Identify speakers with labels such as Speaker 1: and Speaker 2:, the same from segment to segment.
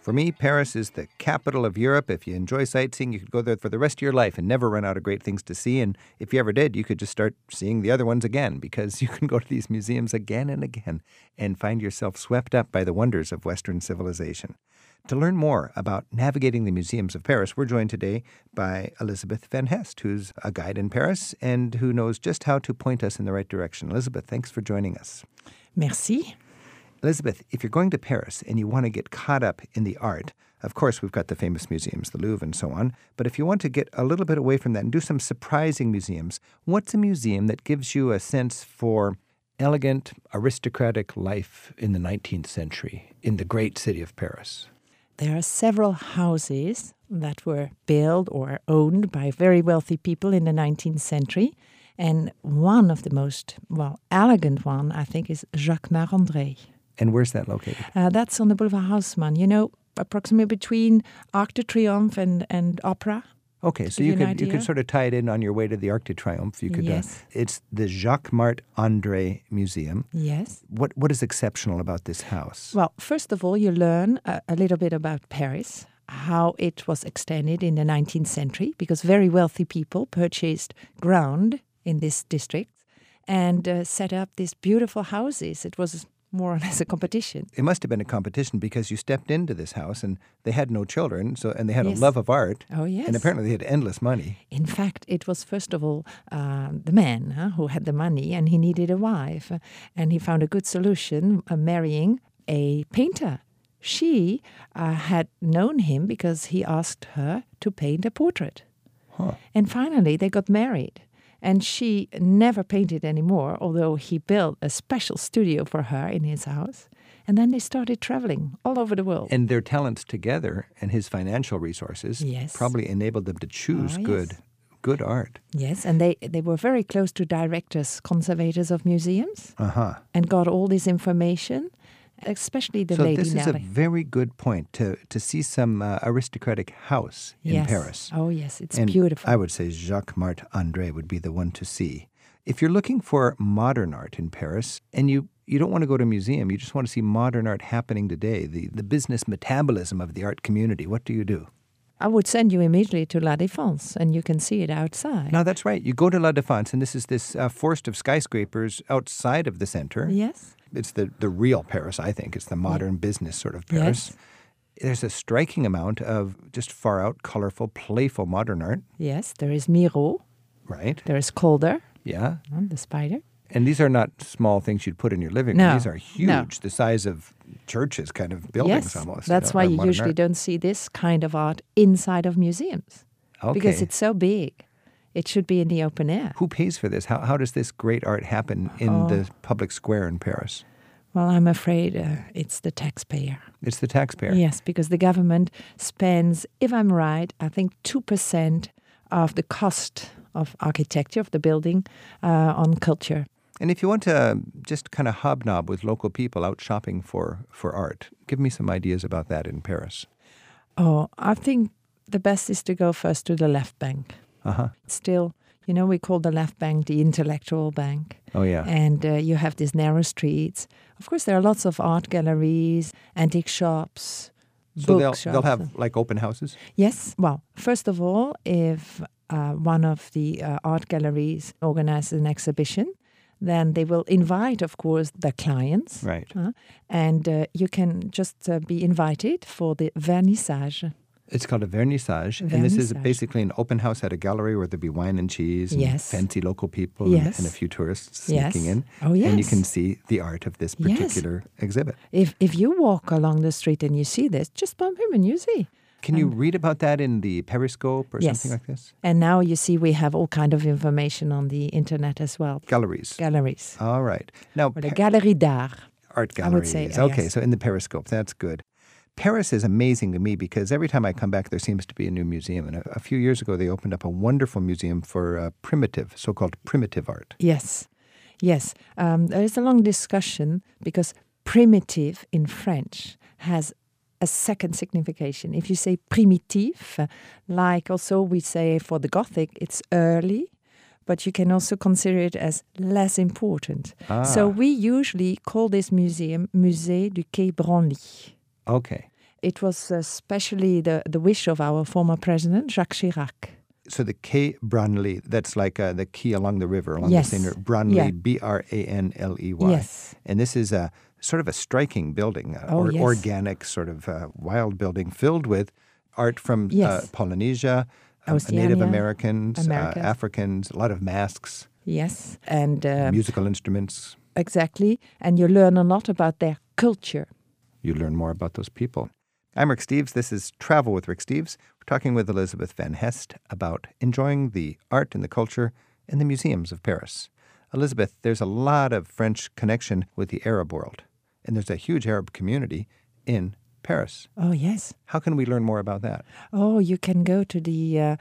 Speaker 1: For me, Paris is the capital of Europe. If you enjoy sightseeing, you could go there for the rest of your life and never run out of great things to see. And if you ever did, you could just start seeing the other ones again because you can go to these museums again and again and find yourself swept up by the wonders of Western civilization. To learn more about navigating the museums of Paris, we're joined today by Elizabeth Van Hest, who's a guide in Paris and who knows just how to point us in the right direction. Elizabeth, thanks for joining us.
Speaker 2: Merci.
Speaker 1: Elizabeth, if you're going to Paris and you want to get caught up in the art, of course, we've got the famous museums, the Louvre, and so on. But if you want to get a little bit away from that and do some surprising museums, what's a museum that gives you a sense for elegant, aristocratic life in the 19th century in the great city of Paris?
Speaker 2: There are several houses that were built or owned by very wealthy people in the 19th century. And one of the most, well, elegant one, I think, is Jacques Marandré.
Speaker 1: And where's that located?
Speaker 2: Uh, that's on the Boulevard Haussmann, you know, approximately between Arc de Triomphe and, and Opera.
Speaker 1: Okay, so you, you could you could sort of tie it in on your way to the Arc de Triomphe. You could.
Speaker 2: Yes.
Speaker 1: Uh, it's the Jacques Mart André Museum.
Speaker 2: Yes.
Speaker 1: What what is exceptional about this house?
Speaker 2: Well, first of all, you learn a, a little bit about Paris, how it was extended in the 19th century, because very wealthy people purchased ground in this district and uh, set up these beautiful houses. It was more or less a competition.
Speaker 1: It must have been a competition because you stepped into this house and they had no children, so and they had yes. a love of art.
Speaker 2: Oh yes,
Speaker 1: and apparently they had endless money.
Speaker 2: In fact, it was first of all uh, the man huh, who had the money, and he needed a wife, uh, and he found a good solution uh, marrying a painter. She uh, had known him because he asked her to paint a portrait,
Speaker 1: huh.
Speaker 2: and finally they got married and she never painted anymore, although he built a special studio for her in his house. And then they started traveling all over the world.
Speaker 1: And their talents together and his financial resources
Speaker 2: yes.
Speaker 1: probably enabled them to choose
Speaker 2: oh,
Speaker 1: good
Speaker 2: yes.
Speaker 1: good art.
Speaker 2: Yes, and they, they were very close to directors, conservators of museums,
Speaker 1: uh-huh.
Speaker 2: and got all this information especially the
Speaker 1: so
Speaker 2: lady.
Speaker 1: this is
Speaker 2: Nelly.
Speaker 1: a very good point to to see some uh, aristocratic house in
Speaker 2: yes.
Speaker 1: Paris.
Speaker 2: Oh yes, it's
Speaker 1: and
Speaker 2: beautiful.
Speaker 1: I would say Jacques Mart André would be the one to see. If you're looking for modern art in Paris and you you don't want to go to a museum, you just want to see modern art happening today, the, the business metabolism of the art community, what do you do?
Speaker 2: I would send you immediately to La Défense, and you can see it outside.
Speaker 1: No, that's right. You go to La Défense, and this is this uh, forest of skyscrapers outside of the center.
Speaker 2: Yes
Speaker 1: it's the, the real Paris, I think. It's the modern business sort of Paris.
Speaker 2: Yes.
Speaker 1: There's a striking amount of just far out, colorful, playful modern art.
Speaker 2: Yes, there is Miro.
Speaker 1: Right.
Speaker 2: There is Calder,
Speaker 1: Yeah.
Speaker 2: mm, the spider.
Speaker 1: And these are not small things you'd put in your living room.
Speaker 2: No,
Speaker 1: These are huge,
Speaker 2: no.
Speaker 1: the size of churches, kind of buildings
Speaker 2: Yes,
Speaker 1: almost.
Speaker 2: that's
Speaker 1: know,
Speaker 2: why
Speaker 1: of
Speaker 2: you
Speaker 1: modern
Speaker 2: usually
Speaker 1: art.
Speaker 2: don't see this kind of art inside of museums
Speaker 1: Okay.
Speaker 2: because it's so big. It should be in the open air.
Speaker 1: Who pays for this? How, how does this great art happen in the
Speaker 2: Oh.
Speaker 1: public square in Paris?
Speaker 2: Well, I'm afraid uh, it's the taxpayer.
Speaker 1: It's the taxpayer.
Speaker 2: Yes, because the government spends, if I'm right, I think 2% of the cost of architecture of the building uh, on culture.
Speaker 1: And if you want to just kind of hobnob with local people out shopping for, for art, give me some ideas about that in Paris.
Speaker 2: Oh, I think the best is to go first to the left bank.
Speaker 1: Uh-huh.
Speaker 2: Still, you know, we call the left bank the intellectual bank.
Speaker 1: Oh, yeah.
Speaker 2: And uh, you have these narrow streets. Of course, there are lots of art galleries, antique shops, uh,
Speaker 1: so they'll,
Speaker 2: bookshops.
Speaker 1: they'll have like open houses?
Speaker 2: Yes. Well, first of all, if uh, one of the uh, art galleries organizes an exhibition, then they will invite, of course, their clients.
Speaker 1: Right.
Speaker 2: huh? and uh, you can just uh, be invited for the vernissage.
Speaker 1: It's called a vernissage, and this is
Speaker 2: Vernissage.
Speaker 1: basically an open house at a gallery where there'll be wine and cheese, and
Speaker 2: Yes.
Speaker 1: fancy local people, and-
Speaker 2: Yes.
Speaker 1: and, a few tourists
Speaker 2: Yes.
Speaker 1: sneaking in.
Speaker 2: Oh,
Speaker 1: And you
Speaker 2: yes.
Speaker 1: can see the art of this
Speaker 2: Yes.
Speaker 1: particular exhibit.
Speaker 2: If if you walk along the street and you see this, just bump him and you see.
Speaker 1: Can you read about that in the Periscope or
Speaker 2: Um, Yes.
Speaker 1: something like this?
Speaker 2: And now you see we have all kind of information on the internet as well.
Speaker 1: Galleries.
Speaker 2: Galleries.
Speaker 1: All right. Now,
Speaker 2: Or the
Speaker 1: Pa-
Speaker 2: Galerie d'Art.
Speaker 1: art
Speaker 2: I would
Speaker 1: galleries.
Speaker 2: say, uh,
Speaker 1: okay,
Speaker 2: yes.
Speaker 1: so in the Periscope, that's good. Paris is amazing to me because every time I come back, there seems to be a new museum. And a, a few years ago, they opened up a wonderful museum for uh, primitive, so called primitive art.
Speaker 2: Yes. Yes. Um, there is a long discussion because primitive in French has a second signification. If you say primitif, uh, like also we say for the Gothic, it's early, but you can also consider it as less important. So we usually call this museum Musée du Quai Branly.
Speaker 1: Okay.
Speaker 2: It was especially the, the wish of our former president, Jacques Chirac.
Speaker 1: So the Quai Branly, that's like uh, the key along the river, along
Speaker 2: Yes.
Speaker 1: the Seine. Branly,
Speaker 2: Yeah.
Speaker 1: B R A N L E Y.
Speaker 2: Yes.
Speaker 1: And this is a sort of a striking building, a
Speaker 2: Oh,
Speaker 1: or,
Speaker 2: yes.
Speaker 1: organic, sort of uh, wild building filled with art from uh,
Speaker 2: Yes.
Speaker 1: Polynesia, um, Native
Speaker 2: Oceania,
Speaker 1: Americans,
Speaker 2: America.
Speaker 1: Uh, Africans, a lot of masks,
Speaker 2: Yes. And uh,
Speaker 1: musical instruments.
Speaker 2: exactly. And you learn a lot about their culture.
Speaker 1: you learn more about those people. I'm Rick Steves. This is Travel with Rick Steves. We're talking with Elizabeth Van Hest about enjoying the art and the culture in the museums of Paris. Elizabeth, there's a lot of French connection with the Arab world, and there's a huge Arab community in Paris.
Speaker 2: Oh, yes.
Speaker 1: How can we learn more about that?
Speaker 2: Oh, you can go to the uh,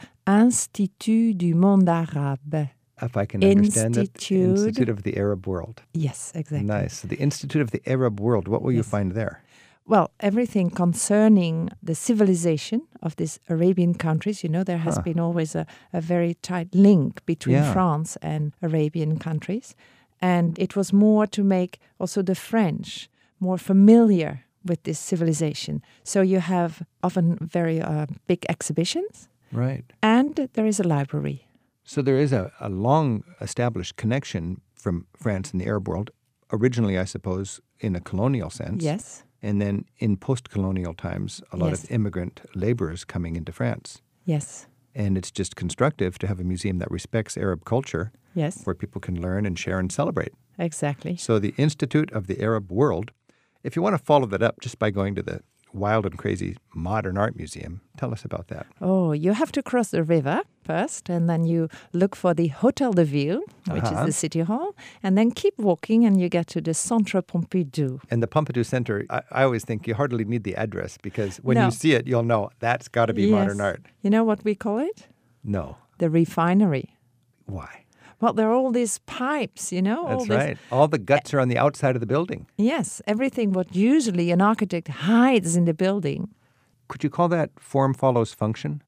Speaker 2: Institut du Monde Arabe.
Speaker 1: If I can understand that, the
Speaker 2: Institute.
Speaker 1: Institute of the Arab World.
Speaker 2: Yes, exactly.
Speaker 1: Nice. The Institute of the Arab World. What will you find there?
Speaker 2: Well, everything concerning the civilization of these Arabian countries, you know, there has been always a, a very tight link between
Speaker 1: Yeah.
Speaker 2: France and Arabian countries. And it was more to make also the French more familiar with this civilization. So you have often very uh, big exhibitions,
Speaker 1: Right.
Speaker 2: and there is a library.
Speaker 1: So there is a, a long established connection from France and the Arab world, originally, I suppose, in a colonial sense.
Speaker 2: Yes,
Speaker 1: And then in post colonial times, a lot of
Speaker 2: Yes.
Speaker 1: immigrant laborers coming into France.
Speaker 2: yes,
Speaker 1: And it's just constructive to have a museum that respects Arab culture
Speaker 2: yes,
Speaker 1: where people can learn and share and celebrate.
Speaker 2: exactly.
Speaker 1: So the Institute of the Arab World, if you want to follow that up just by going to the Wild and Crazy Modern Art Museum, tell us about that.
Speaker 2: Oh, you have to cross the river first, and then you look for the Hotel de Ville, which
Speaker 1: Uh-huh.
Speaker 2: is the city hall, and then keep walking, and you get to the Centre Pompidou.
Speaker 1: And the Pompidou Center, I, I always think you hardly need the address because when
Speaker 2: No.
Speaker 1: you see it, you'll know that's got to be modern
Speaker 2: Yes.
Speaker 1: art.
Speaker 2: You know what we call it?
Speaker 1: No.
Speaker 2: The refinery.
Speaker 1: Why?
Speaker 2: Well, there are all these pipes, you know. all
Speaker 1: That's
Speaker 2: these,
Speaker 1: right. All the guts are on the outside of the building.
Speaker 2: Yes, everything what usually an architect hides in the building.
Speaker 1: Could you call that form follows function?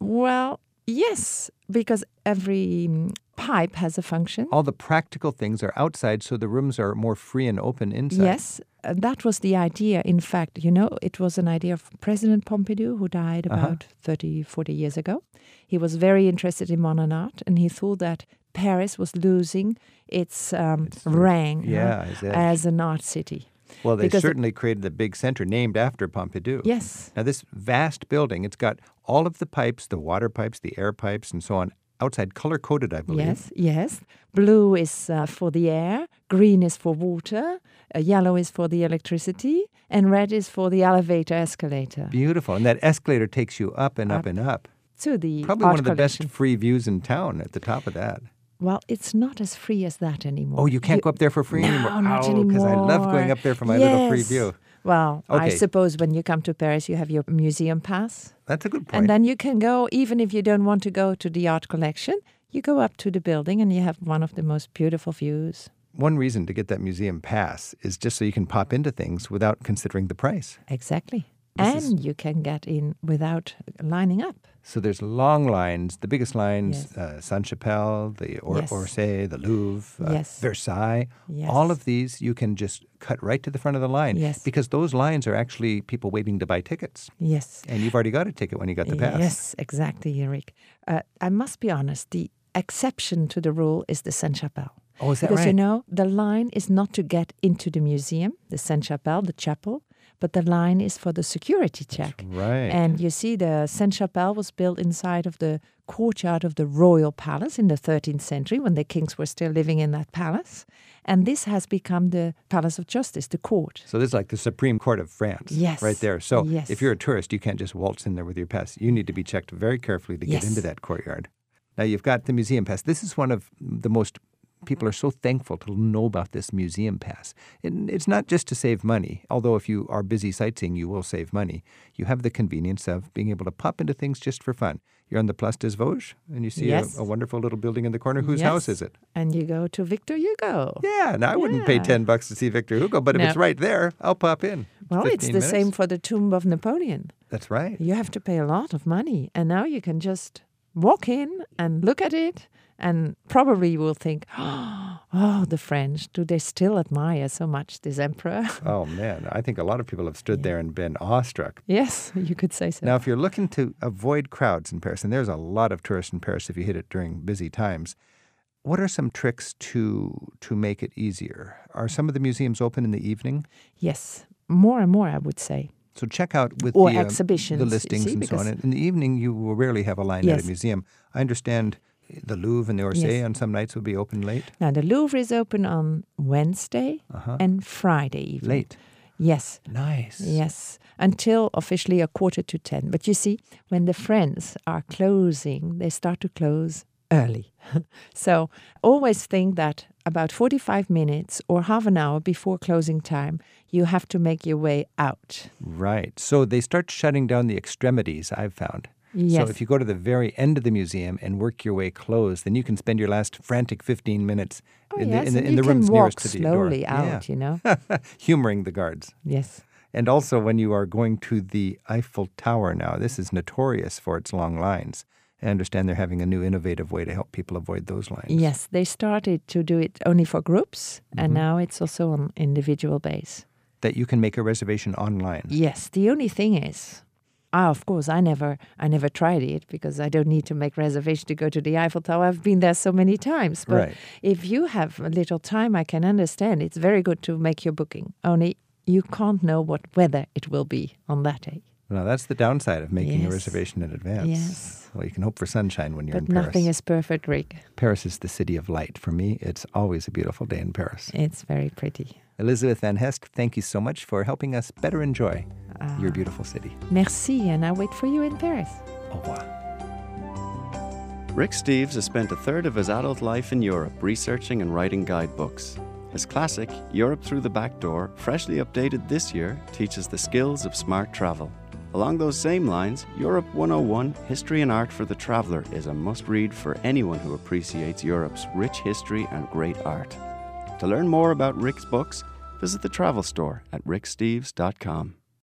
Speaker 2: Well, yes, because every mm, pipe has a function.
Speaker 1: All the practical things are outside, so the rooms are more free and open inside.
Speaker 2: Yes, uh, that was the idea. In fact, you know, it was an idea of President Pompidou, who died
Speaker 1: Uh-huh.
Speaker 2: about thirty, forty 30, 40 years ago. He was very interested in modern art and he thought that Paris was losing its, um, rank huh,
Speaker 1: yeah, its edge.
Speaker 2: as an art city.
Speaker 1: Well, they
Speaker 2: Because-
Speaker 1: certainly created the big center named after Pompidou.
Speaker 2: Yes,
Speaker 1: Now, this vast building, it's got all of the pipes, the water pipes, the air pipes, and so on, outside color coded, I believe.
Speaker 2: yes, yes. Blue is uh, for the air, green is for water, uh, yellow is for the electricity, and red is for the elevator escalator.
Speaker 1: Beautiful. And that escalator takes you up and up and up.
Speaker 2: to the
Speaker 1: Probably
Speaker 2: art
Speaker 1: one of the
Speaker 2: collection.
Speaker 1: best free views in town at the top of that.
Speaker 2: Well, it's not as free as that anymore.
Speaker 1: Oh, you can't go up there for free anymore.
Speaker 2: No, not
Speaker 1: oh,
Speaker 2: anymore.
Speaker 1: because I love going up there for my little free
Speaker 2: Yes.
Speaker 1: view.
Speaker 2: Well, I
Speaker 1: Okay.
Speaker 2: suppose when you come to Paris, you have your museum pass,
Speaker 1: That's a good point.
Speaker 2: and then you can go even if you don't want to go to the art collection. You go up to the building, and you have one of the most beautiful views.
Speaker 1: one reason to get that museum pass is just so you can pop into things without considering the price.
Speaker 2: Exactly.
Speaker 1: This is-
Speaker 2: and you can get in without lining up.
Speaker 1: So there's long lines, the biggest lines,
Speaker 2: Yes.
Speaker 1: uh, Saint-Chapelle, the or-
Speaker 2: Yes.
Speaker 1: Orsay, the Louvre, uh,
Speaker 2: Yes.
Speaker 1: Versailles.
Speaker 2: Yes.
Speaker 1: All of these you can just cut right to the front of the line
Speaker 2: Yes.
Speaker 1: because those lines are actually people waiting to buy tickets.
Speaker 2: Yes.
Speaker 1: And you've already got a ticket when you got the pass.
Speaker 2: Yes, exactly, Eric. Uh, I must be honest, the exception to the rule is the Sainte Chapelle.
Speaker 1: Oh, is that
Speaker 2: because you
Speaker 1: right?
Speaker 2: know, the line is not to get into the museum, the Sainte Chapelle, the chapel, but the line is for the security check.
Speaker 1: right.
Speaker 2: And you see, the Sainte Chapelle was built inside of the courtyard of the royal palace in the 13th century when the kings were still living in that palace. And this has become the Palace of Justice, the court.
Speaker 1: So this is like the Supreme Court of France,
Speaker 2: Yes.
Speaker 1: right there. So
Speaker 2: Yes.
Speaker 1: if you're a tourist, you can't just waltz in there with your pass. You need to be checked very carefully to
Speaker 2: Yes.
Speaker 1: get into that courtyard. Now you've got the museum pass. This is one of the most people are so thankful to know about this museum pass. And it's not just to save money, although if you are busy sightseeing, you will save money. You have the convenience of being able to pop into things just for fun. You're on the Place des Vosges, and you see
Speaker 2: Yes.
Speaker 1: a, a wonderful little building in the corner. Whose house
Speaker 2: Yes.
Speaker 1: is it?
Speaker 2: And you go to Victor Hugo.
Speaker 1: Yeah, and I wouldn't pay
Speaker 2: Yeah.
Speaker 1: 10 bucks to see Victor Hugo, but if
Speaker 2: No.
Speaker 1: it's right there, I'll pop in.
Speaker 2: Well, it's
Speaker 1: 15
Speaker 2: the
Speaker 1: minutes.
Speaker 2: same for the tomb of Napoleon.
Speaker 1: That's right.
Speaker 2: You have to pay a lot of money, and now you can just walk in and look at it, and probably you will think, oh, oh, the French, do they still admire so much this emperor?
Speaker 1: Oh, man. I think a lot of people have stood there and been awestruck.
Speaker 2: yes, you could say so.
Speaker 1: Now, if you're looking to avoid crowds in Paris, and there's a lot of tourists in Paris if you hit it during busy times, what are some tricks to to make it easier? Are some of the museums open in the evening?
Speaker 2: Yes, more and more, I would say.
Speaker 1: So check out with
Speaker 2: Or
Speaker 1: the, um,
Speaker 2: exhibitions,
Speaker 1: the
Speaker 2: you
Speaker 1: listings,
Speaker 2: see,
Speaker 1: and so on.
Speaker 2: because-
Speaker 1: In the evening, you will rarely have a line at
Speaker 2: Yes.
Speaker 1: a museum. I understand the Louvre and the Orsay on some nights would be open late.
Speaker 2: Now, the Louvre is open on Wednesday and Friday evening.
Speaker 1: Uh-huh. Late,
Speaker 2: Yes,
Speaker 1: nice.
Speaker 2: yes, until officially a quarter to 10. But you see, when the friends are closing, they start to close early. so always think that about 45 minutes or half an hour before closing time, you have to make your way out.
Speaker 1: Right. So they start shutting down the extremities. I've found.
Speaker 2: Yes.
Speaker 1: So if you go to the very end of the museum and work your way close, then you can spend your last frantic 15 minutes
Speaker 2: Oh,
Speaker 1: in
Speaker 2: yes,
Speaker 1: the in the,
Speaker 2: and
Speaker 1: in
Speaker 2: you
Speaker 1: the
Speaker 2: can
Speaker 1: rooms
Speaker 2: walk
Speaker 1: nearest to the door,
Speaker 2: slowly out, you know?
Speaker 1: Yeah. humoring the guards.
Speaker 2: yes.
Speaker 1: And also, when you are going to the Eiffel Tower now, this is notorious for its long lines. I understand they're having a new innovative way to help people avoid those lines.
Speaker 2: Yes, they started to do it only for groups,
Speaker 1: Mm-hmm.
Speaker 2: and now it's also on individual base.
Speaker 1: That you can make a reservation online.
Speaker 2: Yes, the only thing is, ah, of course, I never, I never tried it because I don't need to make reservation to go to the Eiffel Tower. I've been there so many times. But
Speaker 1: Right.
Speaker 2: if you have a little time, I can understand. It's very good to make your booking. Only you can't know what weather it will be on that day.
Speaker 1: Now, that's the downside of making a
Speaker 2: Yes.
Speaker 1: reservation in advance.
Speaker 2: Yes.
Speaker 1: Well, you can hope for sunshine when you're
Speaker 2: but
Speaker 1: in Paris.
Speaker 2: nothing is perfect, Rick.
Speaker 1: Paris is the city of light. For me, it's always a beautiful day in Paris.
Speaker 2: It's very pretty.
Speaker 1: Elizabeth Van Hest, thank you so much for helping us better enjoy your beautiful city.
Speaker 2: Uh, Merci, and I wait for you in Paris.
Speaker 1: Au revoir.
Speaker 3: Rick Steves has spent a third of his adult life in Europe researching and writing guidebooks. His classic, Europe Through the Back Door, freshly updated this year, teaches the skills of smart travel. Along those same lines, Europe 101 History and Art for the Traveler is a must read for anyone who appreciates Europe's rich history and great art. To learn more about Rick's books, visit the travel store at ricksteves.com.